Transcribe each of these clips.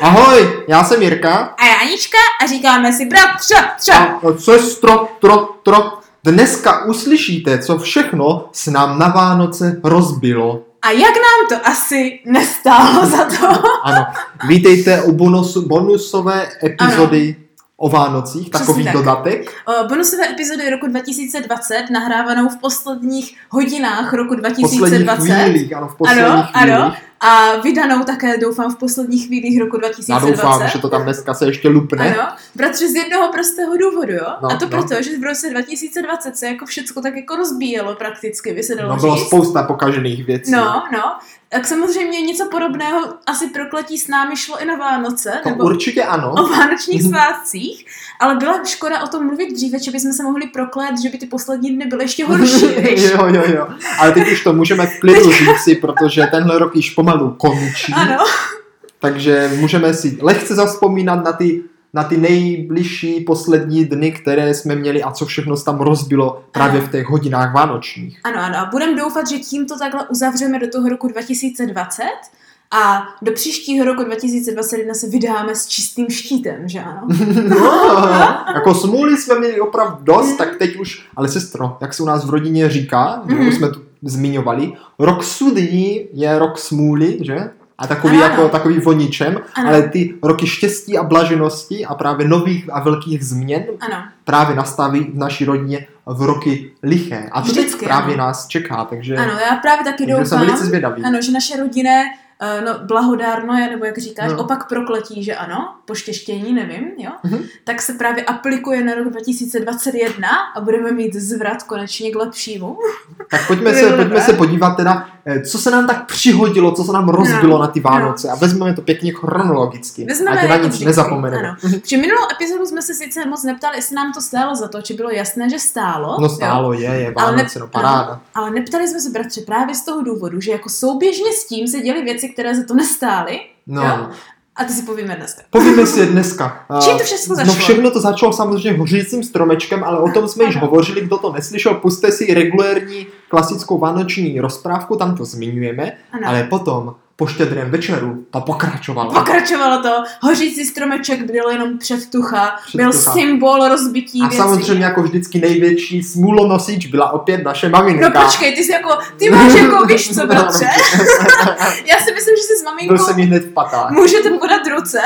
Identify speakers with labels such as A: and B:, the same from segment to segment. A: Ahoj, já jsem Jirka.
B: A já Anička a říkáme si bratře, tře.
A: A sestro, tro, tro. Dneska uslyšíte, co všechno s nám na Vánoce rozbilo.
B: A jak nám to asi nestálo za to?
A: Ano, vítejte u bonusu, bonusové epizody o Vánocích,
B: Přesně
A: takový
B: tak.
A: dodatek.
B: O, Bonusové epizody roku 2020 nahrávanou v posledních hodinách roku
A: V posledních
B: 2020
A: chvílích, ano, v posledních
B: Ano, ano.
A: chvílích.
B: a vydanou také doufám v posledních chvílích roku
A: Já
B: 2020.
A: doufám, že to tam dneska se ještě lupne.
B: Ano, bratře, z jednoho prostého důvodu, jo?
A: No,
B: a to
A: no.
B: proto, že v roce 2020 se jako všecko tak jako rozbíjelo prakticky, by se dalo
A: No bylo
B: říct.
A: spousta pokažených věcí.
B: No, no. Tak samozřejmě něco podobného asi prokletí s námi šlo i na Vánoce,
A: To
B: nebo
A: určitě ano.
B: o vánočních
A: Mhm.
B: svátcích, ale byla škoda o tom mluvit dříve, že bychom se mohli proklét, že by ty poslední dny byly ještě No, horší. víš?
A: jo, jo, jo. Ale teď už to můžeme v klidu říci, protože tenhle rok již pomalu končí.
B: ano,
A: Takže můžeme si lehce zaspomínat na ty, na ty nejbližší poslední dny, které jsme měli a co všechno se tam rozbilo právě v těch hodinách vánočních.
B: ano, ano. A budem doufat, že tímto takhle uzavřeme do toho roku 2020 a do příštího roku 2021 se vydáme s čistým štítem, že ano?
A: No, jako smůly jsme měli opravdu dost, tak teď už, ale sestro, jak se u nás v rodině říká, že
B: Mhm.
A: už jsme tu zmiňovali, rok sudí je rok smůly, že? A takový,
B: Ano.
A: jako, takový voničem,
B: Ano.
A: ale ty roky štěstí a blaženosti a právě nových a velkých změn
B: Ano,
A: právě nastaví v naší rodině v roky liché. A to teď
B: Vždycky,
A: právě
B: ano.
A: nás čeká, takže,
B: ano, já právě taky
A: takže jsem
B: doufám,
A: velice zvědavý.
B: ano, že naše rodinné eh, No, blahodárno je, nebo jak říkáš,
A: No.
B: no. opak prokletí, že ano, poštěštění, nevím, jo,
A: Mhm.
B: tak se právě aplikuje na rok 2021 a budeme mít zvrat konečně k lepšímu.
A: Tak pojďme
B: To
A: se,
B: je
A: pojďme
B: dobré.
A: se podívat teda, eh, co se nám tak přihodilo, co se nám rozbilo na ty Vánoce a vezmeme to pěkně chronologicky,
B: Vezmeme
A: ať na
B: jako
A: nic
B: vždycky,
A: nezapomeneme. Mhm.
B: ano. Protože minulou epizodu jsme se sice moc neptali, jestli nám to stálo za to, či bylo jasné, že stálo.
A: No
B: Jo?
A: stálo je, je
B: Ale ne-
A: Vánoce, no paráda.
B: Ale neptali jsme se, bratře, právě z toho důvodu, že jako souběžně s tím se děly věci, které za to nestály.
A: No,
B: Jo? A ty si povíme dneska.
A: povíme si je dneska. eh,
B: Čím to všechno
A: No
B: začalo?
A: všechno to začalo samozřejmě hořícím stromečkem, ale o tom jsme již
B: Ano.
A: hovořili, kdo to neslyšel, puste si regulérní klasickou vánoční rozprávku, tam to zmiňujeme.
B: Ano.
A: Ale potom, po štědrém večeru, ta pokračovala.
B: Pokračovalo to, hořící stromeček byl jenom předtucha, byl
A: Předtucha.
B: symbol rozbití
A: a
B: věcí.
A: samozřejmě jako vždycky největší smůlonosič byla opět naše maminka. No,
B: No počkej, ty jsi jako, ty máš jako, víš co, Jako- bratře? Já si myslím, že si s
A: Byl
B: maminkou
A: jsem jí hned v patách.
B: můžete podat ruce,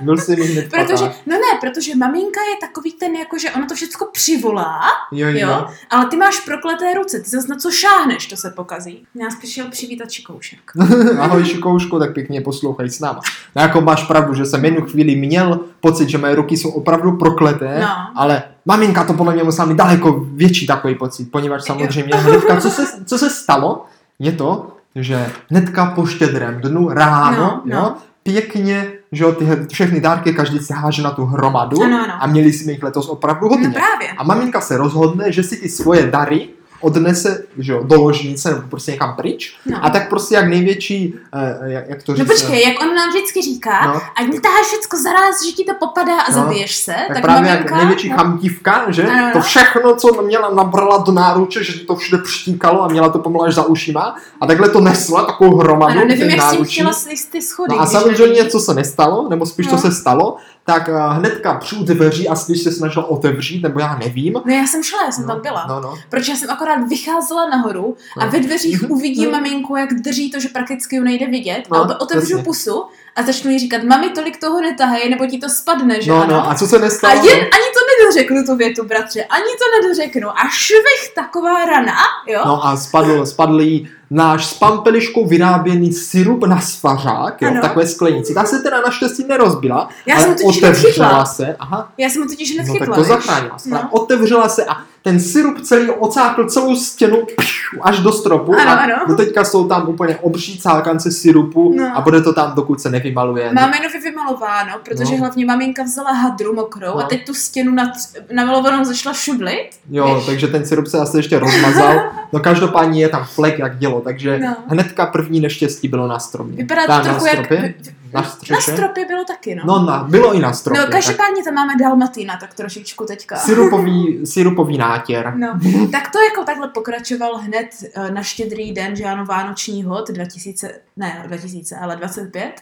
A: Byl jsem jí hned v
B: protože,
A: patách.
B: no ne, protože maminka je takový ten jako, že ona to všechno přivolá,
A: Jo, jo.
B: jo, ale ty máš prokleté ruce, ty zase na co šáhneš, to se pokazí. Nás přišel přivítat Šikoušek.
A: Ahoj Šikoušku, tak pěkně poslouchej s náma. No jako máš pravdu, že jsem jednu chvíli měl pocit, že moje ruky jsou opravdu prokleté,
B: No.
A: ale maminka to podle mě musela mít daleko větší takový pocit, poněvadž samozřejmě hnedka, co se, co se stalo, je to, že hnedka po štědrém dnu ráno,
B: No,
A: jo,
B: no.
A: pěkně, že jo, ty, všechny dárky každý se háže na tu hromadu
B: Ano, ano.
A: a měli jsme jich letos opravdu hodně.
B: No právě.
A: A maminka se rozhodne, že si ty svoje dary odnese že jo, do ložnice nebo prostě někam pryč.
B: No.
A: A tak prostě jak největší, eh, jak, jak to
B: No
A: říct, eh,
B: počkej, jak on nám vždycky říká,
A: no,
B: Ať netáháš všecko zaraz, že ti to popadá a
A: No,
B: zabiješ se,
A: tak,
B: tak, No.
A: právě
B: maminka,
A: jak největší chamtívka, že?
B: Ano, ano.
A: To všechno, co měla, nabrala do náruče, že to všude přtíkalo a měla to pomalu až za ušima. A takhle to nesla, takovou hromadu.
B: ano, nevím,
A: těch
B: jak s tím
A: náručí.
B: chtěla slíst ty schody.
A: No a
B: když
A: samozřejmě,
B: neví.
A: co se nestalo, nebo spíš, co
B: No.
A: se stalo, tak eh, hnedka při u dveří a když se snažil otevřít, nebo já nevím.
B: No já jsem šla, já jsem
A: no,
B: tam byla.
A: No, no.
B: Proč já jsem akorát vycházela nahoru a
A: No.
B: ve dveřích
A: Mhm.
B: uvidím
A: No.
B: maminku, jak drží to, že prakticky ju nejde vidět.
A: No,
B: a obe- otevřu
A: jasně.
B: pusu a začnu jí říkat, mami, tolik toho netahej, nebo ti to spadne, že
A: No,
B: ano?
A: no, a co se
B: a
A: nestalo?
B: jen ani to nedořeknu tu větu, bratře, ani to nedořeknu. A švih taková rana, jo?
A: No a spadl, spadl jí náš s pampeliškou vyráběný sirup na svařák, jo, v
B: Ano.
A: takové sklenici. Ta se teda naštěstí nerozbila,
B: já
A: ale
B: jsem totiž hned
A: otevřela
B: chytla.
A: se, aha,
B: Já jsem ho totiž hned
A: no
B: chytla.
A: tak to
B: víš?
A: zachránila. se.
B: No.
A: Otevřela se a ten sirup celý ocákl celou stěnu pšu, až do stropu
B: Ano,
A: a
B: ano.
A: do teďka jsou tam úplně obří cákance sirupu
B: No.
A: a bude to tam, dokud se nevymaluje.
B: Máme nově vymalováno, protože
A: No.
B: no. hlavně maminka vzala hadru mokrou
A: No.
B: no. a teď tu stěnu nad, namalovanou začala šublit.
A: Jo,
B: Víš.
A: takže ten sirup se asi ještě rozmazal. No každopádně je tam flek jak dělo, takže
B: No.
A: hnedka první neštěstí bylo na stromě.
B: Vypadá
A: Teda
B: to trochu
A: na
B: jak...
A: stropě, na
B: na
A: střeše.
B: stropě bylo taky, no.
A: No, na, bylo i na stropě.
B: no každopádně tam máme dalmatina tak trošičku teďka.
A: tak. Sirupový, sirupový nátěr.
B: No, tak to jako takhle pokračoval hned eh, na štědrý den, že ano, vánočního, hod 2000, ne 2000, ale 25.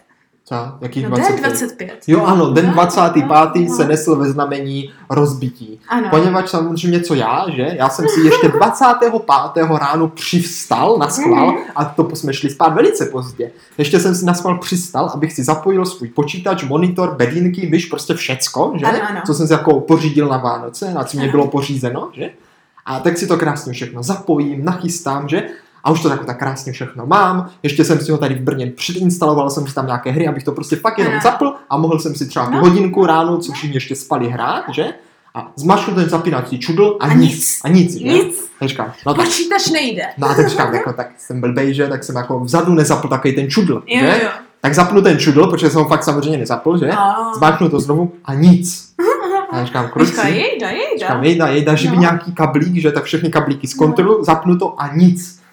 A: Co? Jakých
B: No, to
A: 20?
B: je 25.
A: Jo, ano, den
B: No,
A: 25.
B: no.
A: se nesl ve znamení rozbití.
B: Ano.
A: Poněvadž samozřejmě co já, že? Já jsem si ještě 25. ráno přivstal na
B: Mhm.
A: schvál a to jsme šli spát velice pozdě. Ještě jsem si na schvál přistal, abych si zapojil svůj počítač, monitor, bedínky, víš, prostě všecko, že?
B: Ano, ano.
A: Co jsem si jako pořídil na Vánoce, na co mě
B: Ano.
A: bylo pořízeno, že? A tak si to krásně všechno zapojím, nachystám, že? A už to jako tak krásně všechno mám. Ještě jsem si ho tady v Brně předinstaloval, jsem si tam nějaké hry, abych to prostě fakt jenom
B: Ano.
A: zapl a mohl jsem si třeba tu
B: No.
A: hodinku ráno, co všichni ještě spali hrát, že? A zmačknu ten zapínací čudl a,
B: A
A: nic.
B: nic.
A: A nic, že?
B: Nic,
A: Tak říkám, no tak,
B: počítač nejde.
A: no a tak říkám, jako, tak jsem blbej, že? Tak jsem jako vzadu nezapl takový ten čudl,
B: Jo,
A: že?
B: jo. No.
A: Tak zapnu ten čudl, protože jsem ho fakt samozřejmě nezapl, že?
B: A-
A: Zmáčknu to znovu a nic. A já říkám, kruci.
B: Počkej, jejda,
A: Říkám,
B: jejda.
A: jejda, jejda, že by
B: No.
A: nějaký kablík, že tak všechny kablíky zkontroluju, zapnu to a nic.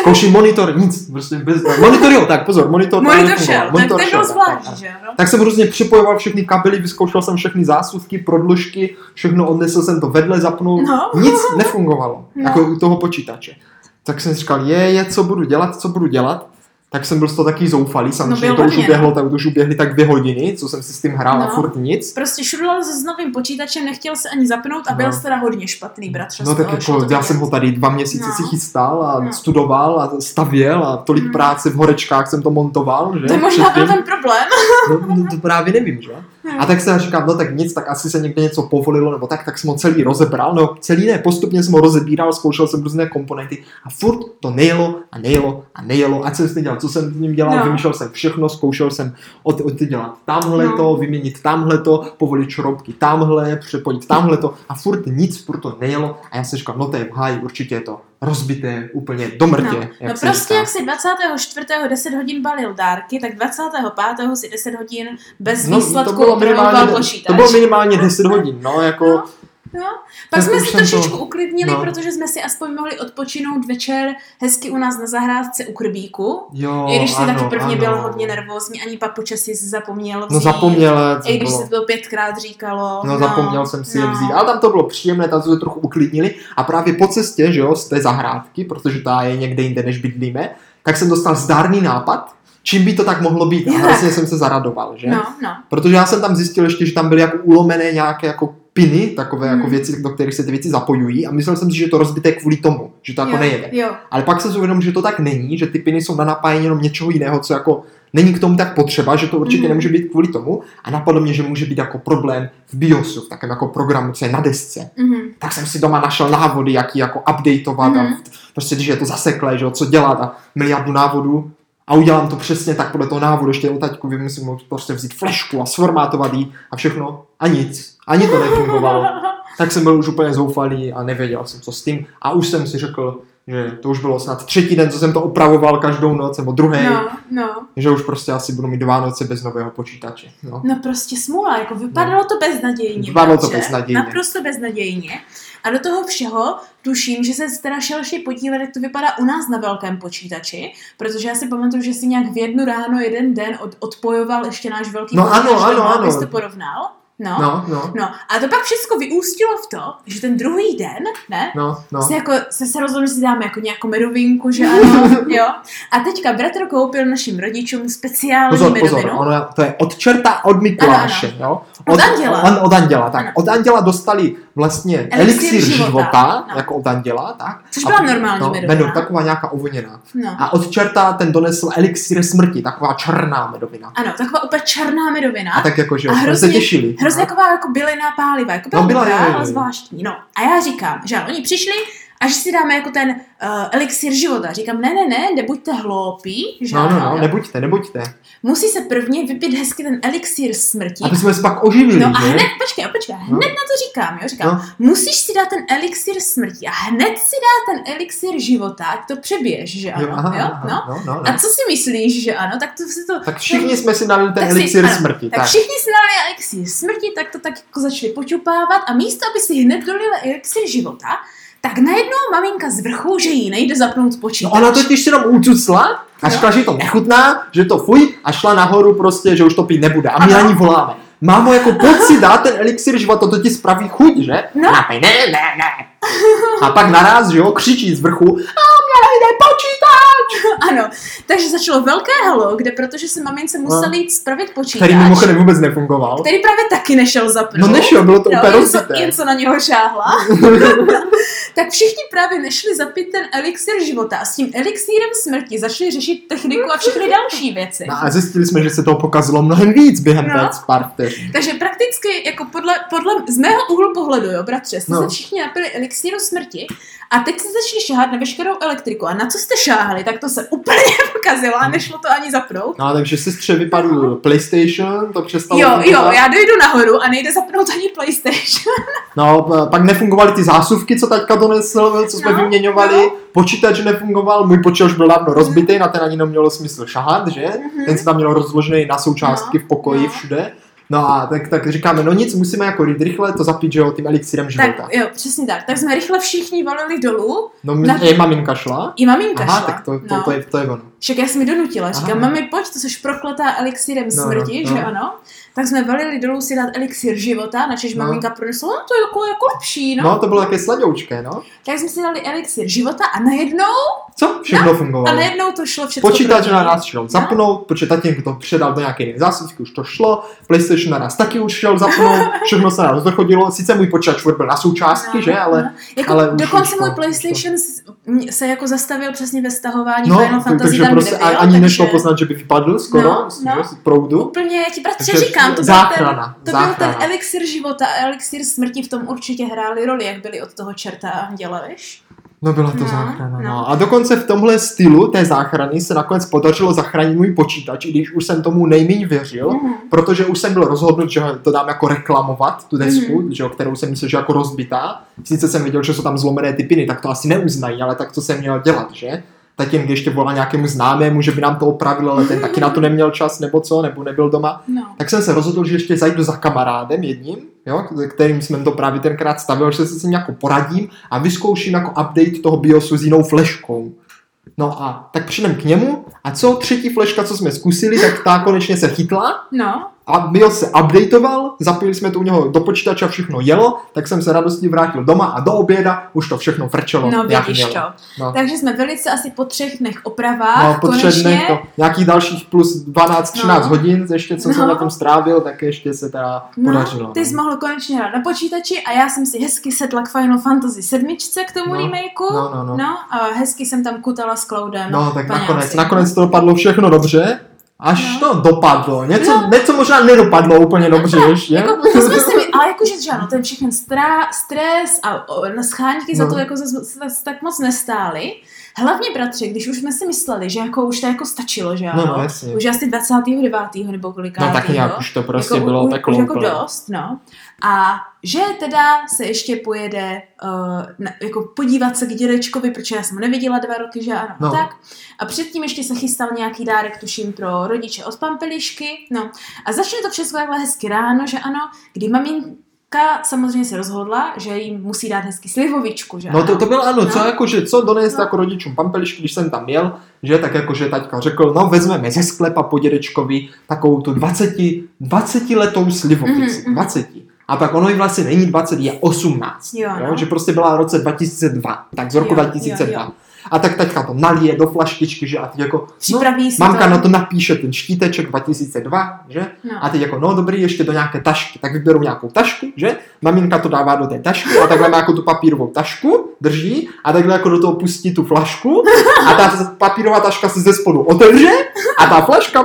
A: Zkouším monitor, nic, prostě bez... Monitor jo, tak pozor, monitor.
B: Monitor
A: nefungoval,
B: šel, tak ten
A: šel,
B: byl
A: tak, tak,
B: zvláštní,
A: tak.
B: že jo?
A: Tak jsem různě připojoval všechny kabely, vyzkoušel jsem všechny zásuvky, prodlužky, všechno odnesl jsem to vedle, zapnul.
B: No.
A: Nic nefungovalo,
B: No.
A: jako u toho počítače. Tak jsem si říkal, je, je, co budu dělat, co budu dělat. Tak jsem byl z toho taky zoufalý, samozřejmě
B: byl
A: to už
B: No, hodně,
A: uběhlo, tak to už uběhly tak dvě hodiny, co jsem si s tím hrál a
B: No.
A: furt nic.
B: Prostě šudlal se s novým počítačem, nechtěl se ani zapnout a byl
A: No.
B: jsi teda hodně špatný bratře.
A: No
B: z
A: tak
B: toho, šlo
A: jako
B: to
A: já
B: tak
A: jsem ho tady dva měsíce
B: No.
A: si chystal a
B: No.
A: studoval a stavěl a tolik
B: Mm.
A: práce v horečkách jsem to montoval, že?
B: To je možná byl
A: Předtím.
B: ten problém.
A: No, no, to právě nevím, že? A tak jsem říkal, no tak nic, tak asi se někde něco povolilo, nebo tak, tak jsem ho celý rozebral, no celý ne, postupně jsem ho rozebíral, zkoušel jsem různé komponenty a furt to nejelo a nejelo a nejelo, ať jsem si nedělal, co jsem s ním dělal, no.
B: No.
A: vymýšlel jsem všechno, zkoušel jsem od, od dělat tamhle to, no.
B: No.
A: vyměnit tamhle to, povolit šroubky tamhle, přepojit tamhle to a furt nic, furt to nejelo a já jsem říkal, no to je v háji, určitě je to rozbité úplně do mrtě.
B: No,
A: jak
B: no
A: se
B: prostě
A: říká.
B: jak si 24. 10 hodin balil dárky, tak 25. si 10 hodin bez
A: No,
B: výsledku opravoval počítač.
A: to bylo minimálně 10 hodin, no, jako...
B: No. No. Pak
A: Tak
B: jsme
A: už
B: si
A: jsem to-
B: trošičku uklidnili,
A: no.
B: protože jsme si aspoň mohli odpočinout večer hezky u nás na zahrádce u Krbíku.
A: Jo,
B: I když jsi
A: No, ano,
B: taky prvně
A: ano.
B: byl hodně nervózní, ani pak počasí si zapomněl vzít.
A: No zapomněl jsem
B: I když
A: bylo.
B: se to pětkrát říkalo.
A: No, zapomněl jsem si je
B: no.
A: vzít, ale tam to bylo příjemné, tam jsme se trochu uklidnili a právě po cestě, že jo, z té zahrádky, protože ta je někde jinde, než bydlíme, tak jsem dostal zdárný nápad, čím by to tak mohlo být a
B: Jak?
A: hrozně jsem se zaradoval, že?
B: No, no.
A: Protože já jsem tam zjistil ještě, že tam byly jako ulomené nějaké jako piny, takové jako
B: Hmm.
A: věci, do kterých se ty věci zapojují a myslel jsem si, že je to rozbité kvůli tomu, že to jako
B: jo,
A: nejede.
B: Jo,
A: Ale pak jsem si uvědomil, že to tak není, že ty piny jsou na napájení jenom něčeho jiného, co jako není k tomu tak potřeba, že to určitě
B: Mhm.
A: nemůže být kvůli tomu. A napadlo mě, že může být jako problém v BIOSu, v takém jako programu, co je na desce.
B: mhm.
A: Tak jsem si doma našel návody, jak ji jako updateovat a
B: Mhm.
A: prostě když je to zaseklé, že jo, co dělat a miliardu návodů. A udělám to přesně tak podle toho návodu, ještě o taťku musím mu prostě vzít flešku a sformátovat ji a všechno. A nic. Ani to nefungovalo tak jsem byl už úplně zoufalý a nevěděl jsem, co s tím. A už jsem si řekl, že to už bylo snad třetí den, co jsem to opravoval každou noc, nebo druhý, no.
B: No, no.
A: že už prostě asi budu mít dva noce bez nového počítače. No.
B: No prostě smůla, jako vypadalo to beznadějně.
A: Vypadalo to
B: bratře.
A: beznadějně.
B: Naprosto beznadějně. A do toho všeho tuším, že se teda šel ještě podívat, jak to vypadá u nás na velkém počítači, protože já si pamatuju, že si nějak v jednu ráno jeden den od, odpojoval ještě náš velký
A: No
B: počítač,
A: ano, ano,
B: domů,
A: ano.
B: abys to porovnal. No. no.
A: No, no,
B: No, a to pak všechno vyústilo v to, že ten druhý den, ne,
A: no, no.
B: No. Se, jako, se se rozhodl, že si dáme jako nějakou medovinku, že ano, jo. A teďka bratr koupil našim rodičům speciální
A: Pozor,
B: medovinu.
A: pozor, ono, to je od čerta od Mikuláše, ano, ano. jo?
B: No, Od anděla.
A: An, od anděla, tak.
B: Ano.
A: Od anděla dostali vlastně
B: Elixír
A: elixír života,
B: života,
A: života
B: no.
A: jako od anděla, tak.
B: Což
A: A-
B: byla normální
A: no,
B: medovina.
A: medov, taková nějaká ovoněná.
B: No.
A: A od čerta ten donesl elixír smrti, taková černá medovina.
B: Ano, taková úplně černá medovina.
A: A tak jako, že
B: A
A: jo, jsme se
B: hrozně-
A: těšili.
B: Hrozně taková jako byliná páliva, jako
A: No, byla,
B: byla,
A: jo, jo, jo.
B: ale zvláštní. No a já říkám, že ano, oni přišli a že si dáme jako ten uh, elixir života. Říkám, ne, ne, ne, nebuďte hloupí, že
A: No, no,
B: ano,
A: no,
B: jo.
A: nebuďte, nebuďte.
B: musí se prvně vypít hezky ten elixir smrti.
A: Aby jsme se pak oživili,
B: No a
A: že?
B: hned, počkej, a počkej, a
A: No.
B: hned na to říkám, jo, říkám,
A: Hm, No.
B: musíš si dát ten elixir smrti a hned si dá ten elixir života, ať to přebiješ, že ano, jo, no.
A: no, no, no.
B: A co si myslíš, že ano, tak to si to
A: Tak všichni jsme si dali ten
B: Tak si-
A: elixir
B: ano,
A: smrti,
B: Tak,
A: tak.
B: všichni si nalili elixir smrti, tak to tak jako začali počupávat a místo, aby si hned dolila elixir života, tak najednou maminka z vrchu, že jí nejde zapnout počítač.
A: No ona totiž si jenom ucucla a
B: No.
A: řekla, že to nechutná, že to fuj a šla nahoru prostě, že už to pít nebude. A my na ní voláme. Mámo, jako pojď si dát ten elixir života, to ti spraví chuť, že?
B: No.
A: Ona, ne, ne, ne. A pak naraz, že jo, křičí z vrchu, a mě nejde počítač!
B: Ano, takže začalo velké halo, kde protože se mamince museli jít spravit počítač,
A: No. který mimochodem vůbec nefungoval.
B: který právě taky nešel zapnout.
A: No nešel, bylo to
B: Jo,
A: úplně
B: jen co,
A: rozbité.
B: jen co na něho šáhla. tak všichni právě nešli zapít ten elixir života a s tím elixírem smrti začali řešit techniku a všechny další věci.
A: No a zjistili jsme, že se toho pokazilo mnohem víc během
B: No.
A: no. pár vteřin.
B: Takže prakticky, jako podle, podle z mého úhlu pohledu, jo, bratře, jste no.
A: No.
B: se všichni napili elixíru smrti a teď jste začali šáhat na veškerou elektriku. A na co jste šáhali, tak to se úplně pokazilo a nešlo to ani zapnout.
A: No a takže sestře vypadl PlayStation, to přestalo
B: Jo, jo,
A: fungovat.
B: já dojdu nahoru a nejde zapnout ani PlayStation.
A: No, p- pak nefungovaly ty zásuvky, co taťka donesl, co jsme
B: No,
A: no, vyměňovali, no. počítač nefungoval, můj počítač byl dávno rozbitý, na ten ani nemělo smysl šahat, že?
B: Mhm.
A: Ten se tam měl rozložený na součástky v pokoji
B: no.
A: všude. No a tak, tak říkáme, no nic, musíme jako jít rychle to zapít, že jo, tím elixírem života.
B: Tak jo, přesně tak. Tak jsme rychle všichni valili dolů.
A: no, m-
B: na-
A: je maminka šla?
B: I maminka
A: Aha,
B: šla.
A: tak to, to,
B: no.
A: to, je, to je ono.
B: Však já jsem ji donutila, říkám,
A: Aha.
B: mami, pojď, to jsi prokletá elixírem
A: No,
B: smrti,
A: no.
B: že ano? Tak jsme valili dolů si dát elixír života, načež
A: No.
B: maminka pronesla, no to je jako, jako lepší, no.
A: No, to bylo také sladoučké, no.
B: Tak jsme si dali elixir života a najednou,
A: Co? Všechno fungovalo.
B: a najednou to šlo všechno.
A: No. Počítač
B: proti.
A: na nás
B: No.
A: šel zapnout, protože tatínku to předal do nějaké jiné zásuvky, už to šlo, PlayStation na nás taky už šel zapnout, všechno se na nás dochodilo, sice můj počítač furt byl na součástky,
B: No,
A: že, ale
B: no. Jako,
A: ale už-
B: dokonce
A: už
B: můj
A: to-
B: PlayStation s- mě- se jako zastavil přesně ve stahování
A: no,
B: Final
A: tak-
B: Fantasy
A: takže
B: tam,
A: prostě
B: kde
A: a-
B: byl,
A: ani
B: takže...
A: nešlo poznat, že by vypadl skoro
B: No,
A: z,
B: no.
A: z proudu.
B: Úplně, ti bratře
A: Takže no.
B: říkám, to byl ten,
A: záchrana,
B: to byl ten
A: záchrana.
B: elixir života a elixir smrti v tom určitě hráli roli, jak byli od toho čerta a anděla, víš?
A: No byla to
B: No,
A: záchrana, no.
B: no.
A: A dokonce v tomhle stylu té záchrany se nakonec podařilo zachránit můj počítač, i když už jsem tomu nejméně věřil,
B: Mhm.
A: protože už jsem byl rozhodnut, že to dám jako reklamovat, tu desku,
B: Mhm.
A: mm. že, jo, kterou jsem myslel, že jako rozbitá. Sice jsem věděl, že jsou tam zlomené ty piny, tak to asi neuznají, ale tak to jsem měl dělat, že? Tatínk ještě volal nějakému známému, že by nám to opravil, ale ten taky na to neměl čas, nebo co, nebo nebyl doma.
B: No.
A: Tak jsem se rozhodl, že ještě zajdu za kamarádem jedním, jo, se kterým jsme to právě tenkrát stavil, že se s ním jako poradím a vyzkouším jako update toho BIOSu s jinou fleškou. No a tak přijdem k němu a co třetí fleška, co jsme zkusili, tak ta konečně se chytla
B: No,
A: a BIOS se updateoval, zapili jsme to u něho do počítače, všechno jelo, tak jsem se radostně vrátil doma a do oběda už to všechno frčelo.
B: no
A: jak
B: vidíš
A: mělo.
B: to.
A: No.
B: Takže jsme velice asi po třech dnech opravách,
A: No, po třech
B: konečně.
A: dnech to nějakých dalších plus 12-13
B: No.
A: hodin, ještě co
B: No.
A: jsem na tom strávil, tak ještě se teda podařilo.
B: No, ty jsi mohl konečně hrát na počítači a já jsem si hezky sedla k Final Fantasy 7 k tomu
A: No,
B: remakeu.
A: no, no, no.
B: no a hezky jsem tam kutala s Cloudem.
A: No, tak
B: Panáci.
A: nakonec, nakonec to dopadlo všechno dobře, až
B: No.
A: to dopadlo. Něco,
B: No.
A: něco možná nedopadlo úplně dobře, ještě.
B: Jako, to jsme si, my- ale jakože, že ano, ten všechen strá, stres a o, na schánky za
A: No.
B: to jako zas- zas- tak moc nestály. Hlavně, bratře, když už jsme si mysleli, že jako už to jako stačilo, že ano.
A: No, no, jasně.
B: už asi 29. nebo kolikátého.
A: No tak nějak už to prostě
B: jako,
A: bylo
B: u-
A: takové
B: už jako
A: úplně.
B: dost, no. A že teda se ještě pojede uh, na, jako podívat se k dědečkovi, protože já jsem ho neviděla dva roky, že ano, no.
A: No.
B: tak. A předtím ještě se chystal nějaký dárek, tuším, pro rodiče od Pampelišky, no. A začne to všechno takhle hezky ráno, že ano, kdy maminka samozřejmě se rozhodla, že jim musí dát hezky slivovičku, že
A: No
B: ano.
A: to, to bylo ano,
B: No.
A: no. co jakože, co donést
B: No.
A: no. jako rodičům pampelišky, když jsem tam jel, že tak jakože taťka řekl, no vezmeme ze sklepa po dědečkovi takovou tu 20, 20 letou slivovici,
B: Mhm, mhm.
A: mm-hmm. 20. A tak ono jí vlastně není 20, je 18.
B: Jo, no.
A: Že prostě byla v roce 2002, tak z roku
B: Jo, jo,
A: 2002.
B: jo.
A: A tak taťka to nalije do flaštičky, že a teď jako, no,
B: Připraví si
A: mamka na to napíše ten štíteček 2002, že?
B: No.
A: A teď jako, no dobrý, ještě do nějaké tašky. Tak vyberu nějakou tašku, že? Maminka to dává do té tašky a takhle má jako tu papírovou tašku, drží a takhle jako do toho pustí tu flašku a ta papírová taška se ze spodu otevře a ta flaška,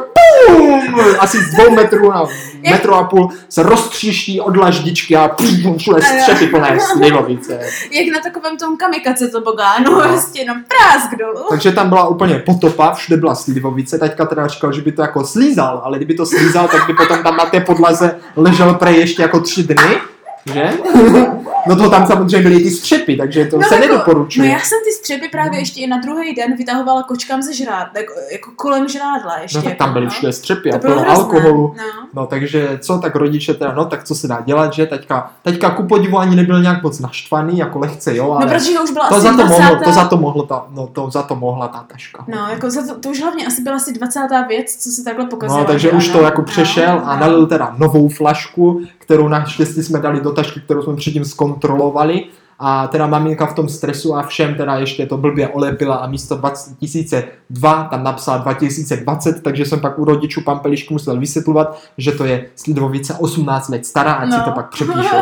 A: pum, asi z dvou metrů na metru a půl se roztříští od laždičky a pum, všude
B: Ano.
A: střepy plné slivovice.
B: Jak na takovém tom kamikace to bogánu, no.
A: No.
B: prostě jenom prásk dolů.
A: Takže tam byla úplně potopa, všude byla slivovice, taťka teda říkal, že by to jako slízal, ale kdyby to slízal, tak by potom tam na té podlaze ležel prej ještě jako tři dny, že? No to tam samozřejmě byly i ty střepy, takže to
B: No
A: no, se
B: jako- No
A: nedoporučuje.
B: já jsem ty střepy
A: No.
B: právě ještě i na druhý den vytahovala kočkám ze žrádla, jako, jako kolem žrádla ještě.
A: no tak tam byly všude střepy a
B: To bylo
A: plno
B: hrozné,
A: alkoholu.
B: No.
A: No takže co, tak rodiče teda, no tak co se dá dělat, že? Taťka, taťka ku podivu ani nebyl nějak moc naštvaný, jako lehce, jo, ale
B: no protože ho už byla
A: to,
B: asi
A: za to,
B: 20.
A: mohlo, to za to mohlo, ta, no to za to mohla ta taška.
B: No, jako za to, to už hlavně asi byla asi 20. věc, co se takhle pokazila.
A: No, takže
B: že
A: už
B: ano.
A: to jako přešel
B: No,
A: a
B: no.
A: nalil teda novou flašku, kterou naštěstí jsme dali do tašky, kterou jsme předtím zkontrolovali. A teda maminka v tom stresu a všem teda ještě to blbě olepila a místo 2002 tam napsala 2020, takže jsem pak u rodičů Pampelišku musel vysvětlovat, že to je Slidovice 18 let stará, ať no. si
B: No.
A: to pak přepíšou.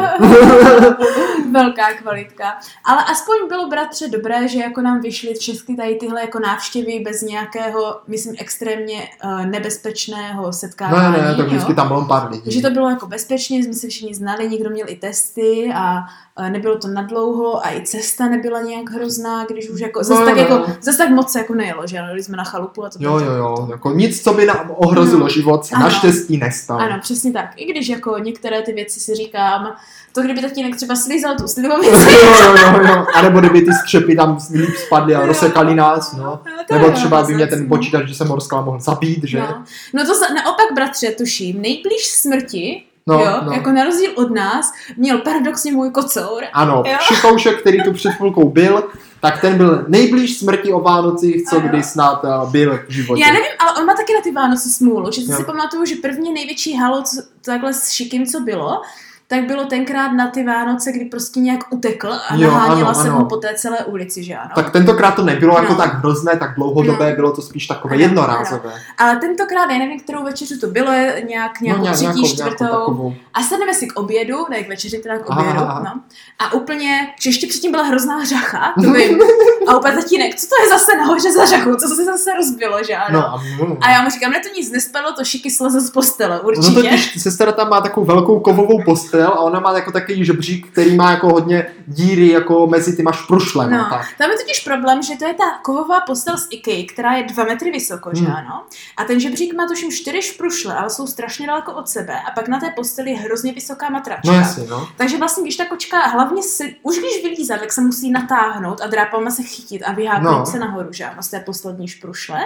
B: Velká kvalitka. Ale aspoň bylo bratře dobré, že jako nám vyšly všechny tady tyhle jako návštěvy bez nějakého, myslím, extrémně uh, nebezpečného
A: Ne,
B: setkávání.
A: ne, tak
B: jo?
A: vždycky tam bylo pár lidí.
B: Že to bylo jako bezpečně, jsme se všichni znali, někdo měl i testy a e, nebylo to nadlouho a i cesta nebyla nějak hrozná, když už jako, zase
A: No,
B: tak,
A: no.
B: jako, zas tak moc se jako nejelo, že ano, když jsme na chalupu a to
A: Jo,
B: tam-
A: jo, jo, jako nic, co by nám ohrozilo
B: No.
A: život, se
B: Ano.
A: naštěstí nestalo.
B: Ano, přesně tak. I když jako některé ty věci si říkám, to kdyby tatínek třeba slízal tu slivovici,
A: jo, jo, jo, jo. A nebo kdyby ty střepy tam líp spadly a
B: Jo.
A: rozsekali nás, no.
B: No, to
A: Nebo
B: jo,
A: třeba by mě
B: zas,
A: ten
B: no.
A: počítač, že jsem Morskala mohl zabít, že?
B: No. no to se, naopak, bratře, tuším, nejblíž smrti,
A: No,
B: jo,
A: no.
B: jako na rozdíl od nás, měl paradoxně můj kocour.
A: Ano,
B: Jo.
A: Šikoušek, který tu před chvilkou byl, tak ten byl nejblíž smrti o Vánocích, co
B: Ano.
A: kdy snad eh, byl v životě.
B: Já nevím, ale on má taky na ty Vánoce smůlu, že si,
A: Jo.
B: si pamatuju, že první největší halo co, takhle s šikem, co bylo, tak bylo tenkrát na ty Vánoce, kdy prostě nějak utekl a
A: Jo,
B: jo, naháněla
A: ano,
B: ano, se
A: ano.
B: mu po té celé ulici, že ano.
A: Tak tentokrát to nebylo jako
B: No.
A: tak hrozné, tak dlouhodobé,
B: No.
A: bylo to spíš takové
B: Ano,
A: jednorázové.
B: Ale tentokrát, já nevím, kterou večeři to bylo, je nějak, nějakou no,
A: nějak-
B: třetí, čtvrtou.
A: takovou.
B: A sedneme si k obědu, ne k večeři, teda k
A: Aha,
B: obědu.
A: aha.
B: No. A úplně, že ještě předtím byla hrozná řacha,
A: No.
B: to vím. A úplně tatínek, co to je zase nahoře za řachou, co se zase rozbilo, že ano.
A: No, a, no.
B: A já mu říkám, ne, to nic nespadlo, to šiky sleze z postele,
A: No
B: určitě.
A: totiž sestra tam má takovou velkou kovovou postel a ona má jako takový žebřík, který má jako hodně díry jako mezi těma šprušlema.
B: No.
A: Tak.
B: Tam je totiž problém, že to je ta kovová postel z IKEA, která je dva metry vysoko, že
A: Hmm.
B: ano? A ten žebřík má tuším čtyři šprušle, ale jsou strašně daleko od sebe a pak na té posteli je hrozně vysoká matračka.
A: No jasně, no.
B: Takže vlastně, když ta kočka hlavně si, už když vylízá, tak se musí natáhnout a drápama se chytit a vyhápnout
A: No.
B: no. se nahoru, že ano, z té poslední šprušle.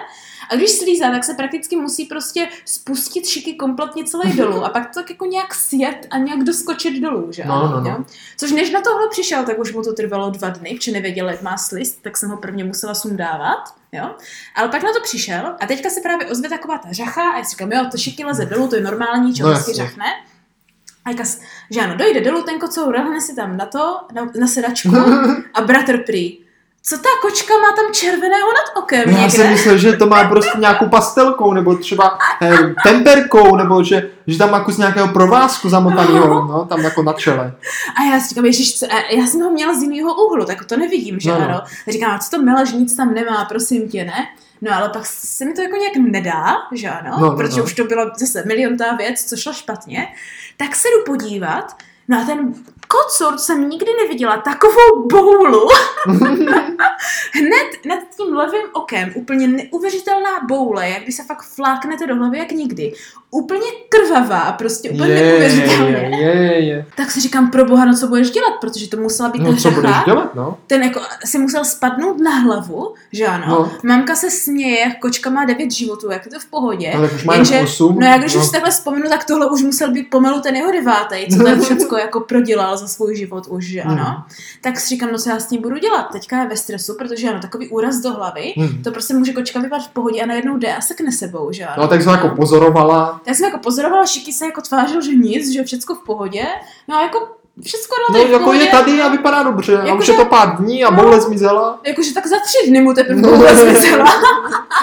B: A když slízá, tak se prakticky musí prostě spustit šiky kompletně celý dolů a pak to tak jako nějak sjet a nějak doskočit dolů, že
A: No,
B: ano.
A: no, no.
B: jo? Což než na tohle přišel, tak už mu to trvalo dva dny, protože nevěděl, jak má slist, tak jsem ho prvně musela sundávat. Jo? Ale pak na to přišel a teďka se právě ozve taková ta řacha a já si říkám, jo, to šiky leze dolů, to je normální, čo
A: No,
B: no,
A: jasně.
B: řachne. A jaká s- že ano, dojde dolů ten kocour, lehne si tam na to, na, na sedačku
A: No,
B: a bratr prý. Co ta kočka má tam červeného nad okem
A: No,
B: někde?
A: já jsem myslel, že to má prostě nějakou pastelkou, nebo třeba eh, temperkou, nebo že, že tam má kus nějakého provázku zamotaného, no, tam jako na čele.
B: A já si říkám, ježiš, co, a já jsem ho měla z jiného úhlu, tak to nevidím, že
A: No, no.
B: ano. A říkám, a co to mele, že nic tam nemá, prosím tě, ne? No ale pak se mi to jako nějak nedá, že ano,
A: No, no,
B: protože
A: no.
B: už to bylo zase miliontá věc, co šlo špatně, tak se jdu podívat, no a ten kocor, co jsem nikdy neviděla, takovou boulu, hned nad tím levým okem, úplně neuvěřitelná boule, jak by se fakt fláknete do hlavy jak nikdy, úplně krvavá, prostě úplně neuvěřitelně.
A: je, je, je.
B: Tak si říkám, pro boha, no co budeš dělat, protože to musela být
A: No,
B: ta
A: co budeš
B: řacha.
A: dělat, no?
B: Ten jako si musel spadnout na hlavu, že ano. No.
A: No,
B: Mamka se směje, jak kočka má devět životů, jak je to v pohodě.
A: no tak už má
B: Jenže-
A: jenom 8.
B: No já když už si takhle vzpomenu, tak tohle už musel být pomalu ten jeho devátý, co tam všecko jako prodělal za svůj život už, že ano. Tak si říkám, no co já s ním budu dělat, teďka je ve stresu, protože ano, takový úraz do hlavy,
A: Hmm.
B: to prostě může kočka vypadat v pohodě a najednou jde a sekne sebou, že ano.
A: No, tak jsem jako pozorovala.
B: Já jsem jako pozorovala, Šiky se jako tvářil, že nic, že všecko v pohodě. No a jako všecko
A: No,
B: dalo v
A: jako
B: pohodě.
A: je tady a vypadá dobře. A
B: Jako
A: už je
B: že-
A: to pár dní a
B: No.
A: boule zmizela.
B: Jakože tak za tři dny mu teprve
A: No.
B: no. smyslela.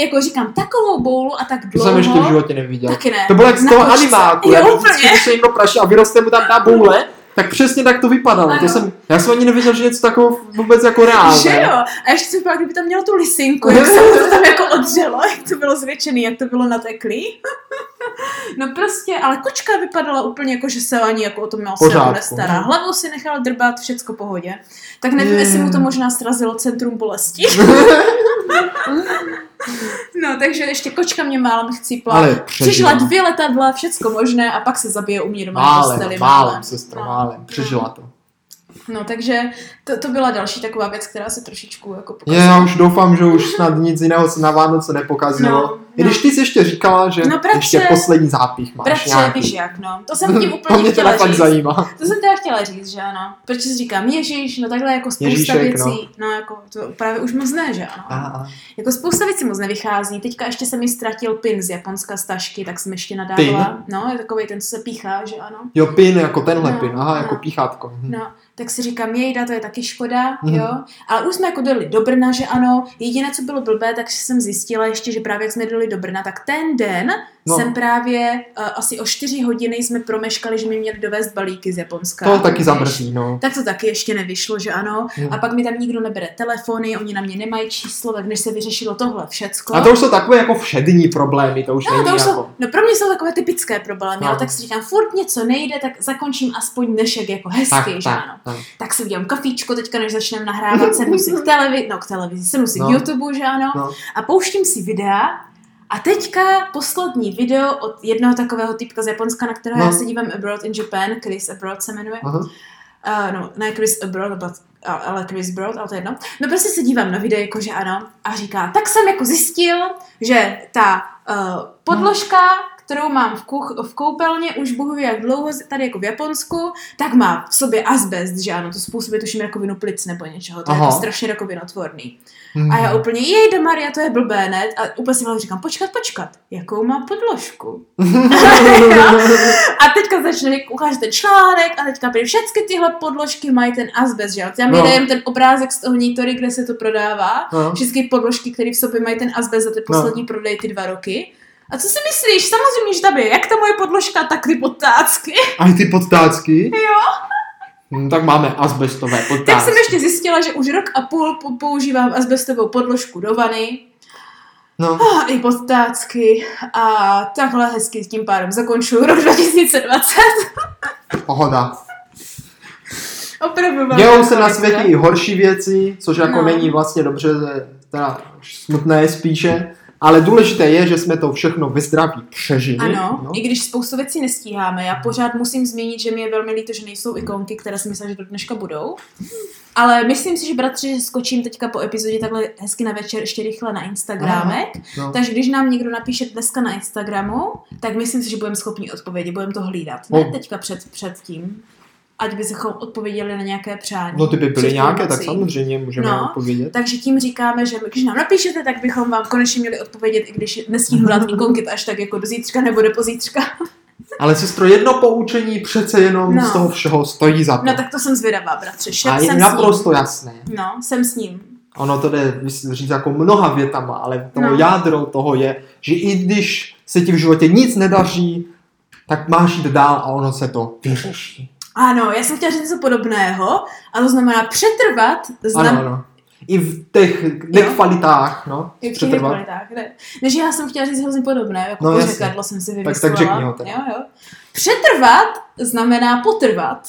B: jako říkám, takovou boulu a tak
A: To
B: dlouho.
A: jsem ještě v životě neviděl.
B: Taky ne.
A: To bylo jak z
B: No, Na
A: toho
B: kočce.
A: animáku,
B: Jo,
A: jak vždycky,
B: úplně.
A: když se někdo praší a vyroste mu tam ta boule, tak přesně tak to vypadalo. To
B: Ano.
A: jsem, já jsem ani nevěděl, že něco takového vůbec jako reálné.
B: Že jo? A ještě jsem pak, kdyby tam měla tu lisinku, jak se mu to tam jako odřelo, jak to bylo zvětšený, jak to bylo nateklý. No prostě, ale kočka vypadala úplně jako, že se ani jako o tom měl
A: Pořádku.
B: se nestará. Hlavou si nechal drbat, všecko pohodě. Tak nevím,
A: Je.
B: jestli mu to možná srazilo centrum bolesti. No, takže ještě kočka mě málem chcípla.
A: Ale
B: Přišla
A: přežila.
B: dvě letadla, všecko možné a pak se zabije u mě doma v
A: Málem,
B: posteli.
A: málem, sestra,
B: No.
A: málem. Přežila to.
B: No, takže To, to byla další taková věc, která se trošičku jako pokazila.
A: Já už doufám, že už snad nic jiného se na Vánoce nepokazilo.
B: No,
A: No, I když ty jsi ještě říkala, že
B: No, bratře.
A: ještě poslední zápich máš
B: Bratře,
A: nějaký.
B: víš jak, no. To jsem tím
A: to mě
B: úplně
A: teda
B: chtěla
A: fakt
B: říct.
A: zajímá.
B: To jsem teda chtěla říct, že ano. Proč si říkám, Ježíš, no takhle jako spousta
A: Ježíšek,
B: věcí. No. no. jako to právě už moc ne, že ano.
A: A, a,
B: Jako spousta věcí moc nevychází. Teďka ještě se mi ztratil pin z Japonska z tašky, tak jsem ještě nadávala.
A: Pin?
B: No, je takový ten, co se píchá, že ano.
A: jo, pin, jako tenhle
B: No,
A: pin, aha,
B: no.
A: jako píchátko. Hm.
B: No, tak si říkám, jejda, to je taky škoda,
A: Mhm.
B: jo. Ale už jsme jako dojeli do Brna, že ano. Jediné, co bylo blbé, tak jsem zjistila ještě, že právě jak jsme dojeli do Brna, tak ten den
A: No.
B: jsem právě uh, asi o čtyři hodiny jsme promeškali, že mi měli dovést balíky z Japonska.
A: To taky
B: Víš?
A: zamrzí, no.
B: Tak to taky ještě nevyšlo, že ano.
A: Hm.
B: A pak mi tam nikdo nebere telefony, oni na mě nemají číslo, tak než se vyřešilo tohle všecko.
A: A to už jsou takové jako všední problémy, to už
B: No,
A: není
B: to už
A: jako...
B: jsou, no pro mě jsou takové typické problémy,
A: No.
B: ale tak si říkám, furt něco nejde, tak zakončím aspoň dnešek jako hezky,
A: Tak,
B: že
A: tak,
B: ano.
A: tak.
B: Tak si udělám kafíčko, teďka než začneme nahrávat, sednu si k televizi, no k televizi, sednu si
A: No.
B: k YouTube, že ano,
A: No.
B: a pouštím si videa, a teďka poslední video od jednoho takového typka z Japonska, na kterého
A: No.
B: já se dívám Abroad in Japan, Chris Abroad se jmenuje,
A: Aha.
B: Uh, no, ne Chris Broad, ale- ale Chris Broad, ale to je jedno. No prostě se dívám na video, jakože ano, a říká, tak jsem jako zjistil, že ta uh, podložka, kterou mám v, kuch, v koupelně už bohu ví jak dlouho, tady jako v Japonsku, tak má v sobě asbest, že ano, to způsobuje tuším rakovinu plic nebo něčeho, to
A: Aha.
B: je
A: Mhm.
B: jako strašně rakovinotvorný. A já úplně, jej do Maria, to je blbé, ne? A úplně si hlavně říkám, počkat, počkat, jakou má podložku?
A: Mhm.
B: A teďka začne ukáže ten článek a teďka prý všechny tyhle podložky mají ten asbest, že jo? Tam
A: No.
B: no. jen ten obrázek z toho nítory, kde se to prodává.
A: No.
B: Všechny podložky, které v sobě mají ten asbest za ty poslední prodej ty dva roky. A co si myslíš? Samozřejmě, že tam je jak ta moje podložka, tak ty podtácky.
A: A i ty podtácky? Jo. No, tak máme asbestové podtácky.
B: Tak jsem ještě zjistila, že už rok a půl po- používám asbestovou podložku do vany
A: No,
B: a i podtácky a takhle hezky tím pádem zakončuju rok 2020.
A: pohoda.
B: Opravdu velmi
A: Dějou se na
B: konečné.
A: světě i horší věci, což jako
B: No.
A: není vlastně dobře, teda smutné je spíše, ale důležité je, že jsme to všechno ve zdraví přežili.
B: Ano,
A: no.
B: i když spoustu věcí nestíháme, já pořád musím zmínit, že mi je velmi líto, že nejsou ikonky, které jsem myslela, že do dneška budou. Ale myslím si, že bratři, že skočím teďka po epizodě takhle hezky na večer ještě rychle na Instagramek.
A: no.
B: Takže když nám někdo napíše dneska na Instagramu, tak myslím si, že budeme schopni odpovědět, budeme to hlídat. Ne
A: No.
B: teďka před, před tím. Ať by se odpověděli na nějaké přání.
A: no ty by byly
B: Před
A: nějaké, tak
B: Velikonocí.
A: samozřejmě můžeme
B: No.
A: odpovědět.
B: Takže tím říkáme, že když nám napíšete, tak bychom vám konečně měli odpovědět, i když nestihnu dát ikonky až tak jako do zítřka nebo do pozítřka.
A: Ale sestro, jedno poučení přece jenom
B: No.
A: z toho všeho stojí za to.
B: No tak to jsem zvědavá, bratře. Šel
A: A je
B: jsem
A: naprosto jasné.
B: s ním. No, jsem s ním.
A: Ono to jde říct jako mnoha větama, ale to
B: No.
A: no. jádro toho je, že i když se ti v životě nic nedaří, tak máš jít dál a ono se to vyřeší.
B: Ano, já jsem chtěla říct něco podobného, a to znamená přetrvat,
A: Ano,
B: znam...
A: ano. I v těch nekvalitách, no,
B: Jak v těch
A: přetrvat.
B: kvalitách, ne. Než já jsem chtěla říct hrozně podobné, jako
A: No,
B: no,
A: jasně.
B: pořekadlo jsem si
A: tak
B: vymyslela.
A: řekni ho teda.
B: jo, jo. Přetrvat znamená potrvat.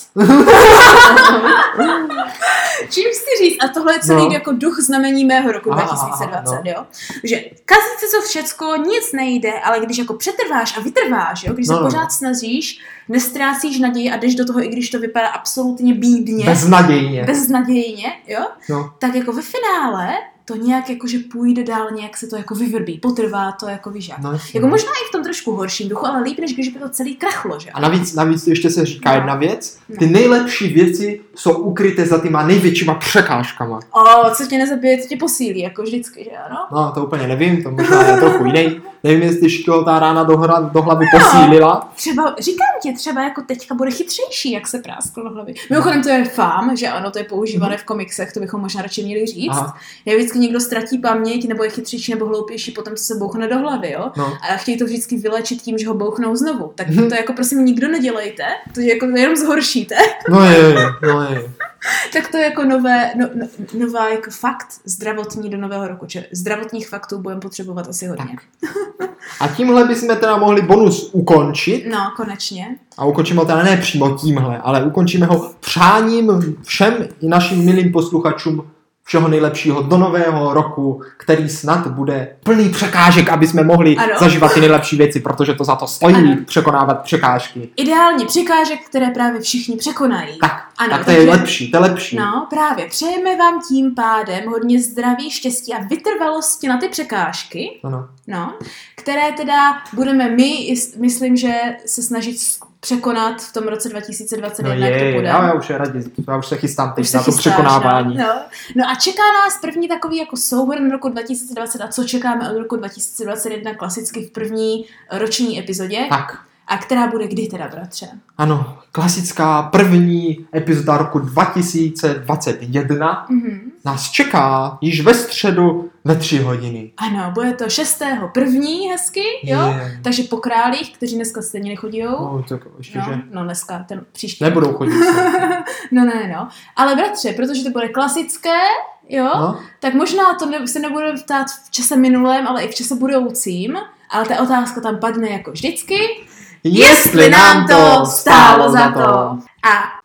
B: Čím chci říct, a tohle je celý
A: No.
B: no. jako duch znamení mého roku
A: Aha,
B: 2020,
A: aha, no.
B: jo? Že kazit se co všecko, nic nejde, ale když jako přetrváš a vytrváš, jo? Když se
A: No, no.
B: pořád snažíš, nestrácíš naději a jdeš do toho, i když to vypadá absolutně bídně,
A: Beznadějně.
B: beznadějně, jo?
A: No.
B: tak jako ve finále to nějak jako, že půjde dál, nějak se to jako vyvrbí, potrvá to jako víš jak.
A: No, jasně.
B: Jako možná i v tom trošku horším duchu, ale líp, než když by to celý krachlo, že?
A: a navíc, navíc ještě se říká
B: No.
A: jedna věc.
B: No.
A: Ty nejlepší věci jsou ukryté za těma největšíma překážkama.
B: O, co tě nezabije, co tě posílí, jako vždycky, že ano?
A: No, to úplně nevím, to možná je trochu jiný. Nevím, jestli škol ta rána do, hra, do hlavy
B: No,
A: posílila.
B: Třeba, říkám ti, třeba jako teďka bude chytřejší, jak se práskl do hlavy. Mimochodem to je fám, že ano, to je používané v komiksech, to bychom možná radši měli říct.
A: Aha,
B: Je vždycky někdo ztratí paměť, nebo je chytřejší, nebo hloupější, potom se bouchne do hlavy, jo?
A: no. Mhm.
B: a chtějí to vždycky vylečit tím, že ho bouchnou znovu. Tak to jako prosím nikdo nedělejte, to je jako jenom zhoršíte.
A: No je, je, no je.
B: Tak to je jako nové, no, no, nová jako fakt zdravotní do nového roku. Če zdravotních faktů budeme potřebovat asi hodně.
A: A tímhle bychom teda mohli bonus ukončit.
B: No, konečně.
A: A ukončíme ho teda ne přímo tímhle, ale ukončíme ho přáním všem i našim milým posluchačům Všeho nejlepšího do nového roku, který snad bude plný překážek, aby jsme mohli
B: Ano.
A: ano. zažívat ty nejlepší věci, protože to za to stojí
B: Ano.
A: překonávat překážky.
B: Ideálně překážek, které právě všichni překonají.
A: Tak,
B: Ano,
A: tak to je
B: takže-
A: lepší, to je lepší.
B: No, právě. Přejeme vám tím pádem hodně zdraví, štěstí a vytrvalosti na ty překážky.
A: Ano.
B: No, které teda budeme my, is- myslím, že se snažit s- překonat v tom roce 2021,
A: no
B: jak to
A: je,
B: bude.
A: já, já už je radě, já už se chystám teď
B: Už se
A: na to
B: chystáš,
A: překonávání.
B: No. No. no a čeká nás první takový jako souhrn roku 2020 a co čekáme od roku 2021 klasicky v první roční epizodě. A,
A: Tak,
B: a která bude kdy teda, bratře?
A: ano, klasická první epizoda roku 2021
B: Mhm.
A: nás čeká již ve středu ve tři hodiny.
B: Ano, bude to 6. první hezky, jo?
A: Je.
B: Takže po králích, kteří dneska stejně nechodí, no,
A: No, tak ještě, že
B: no, no dneska, ten příští.
A: nebudou chodit.
B: No ne, no. Ale bratře, protože to bude klasické, jo, no.
A: No,
B: tak možná to ne, se nebudeme ptát v čase minulém, ale i v čase budoucím, ale ta otázka tam padne jako vždycky. A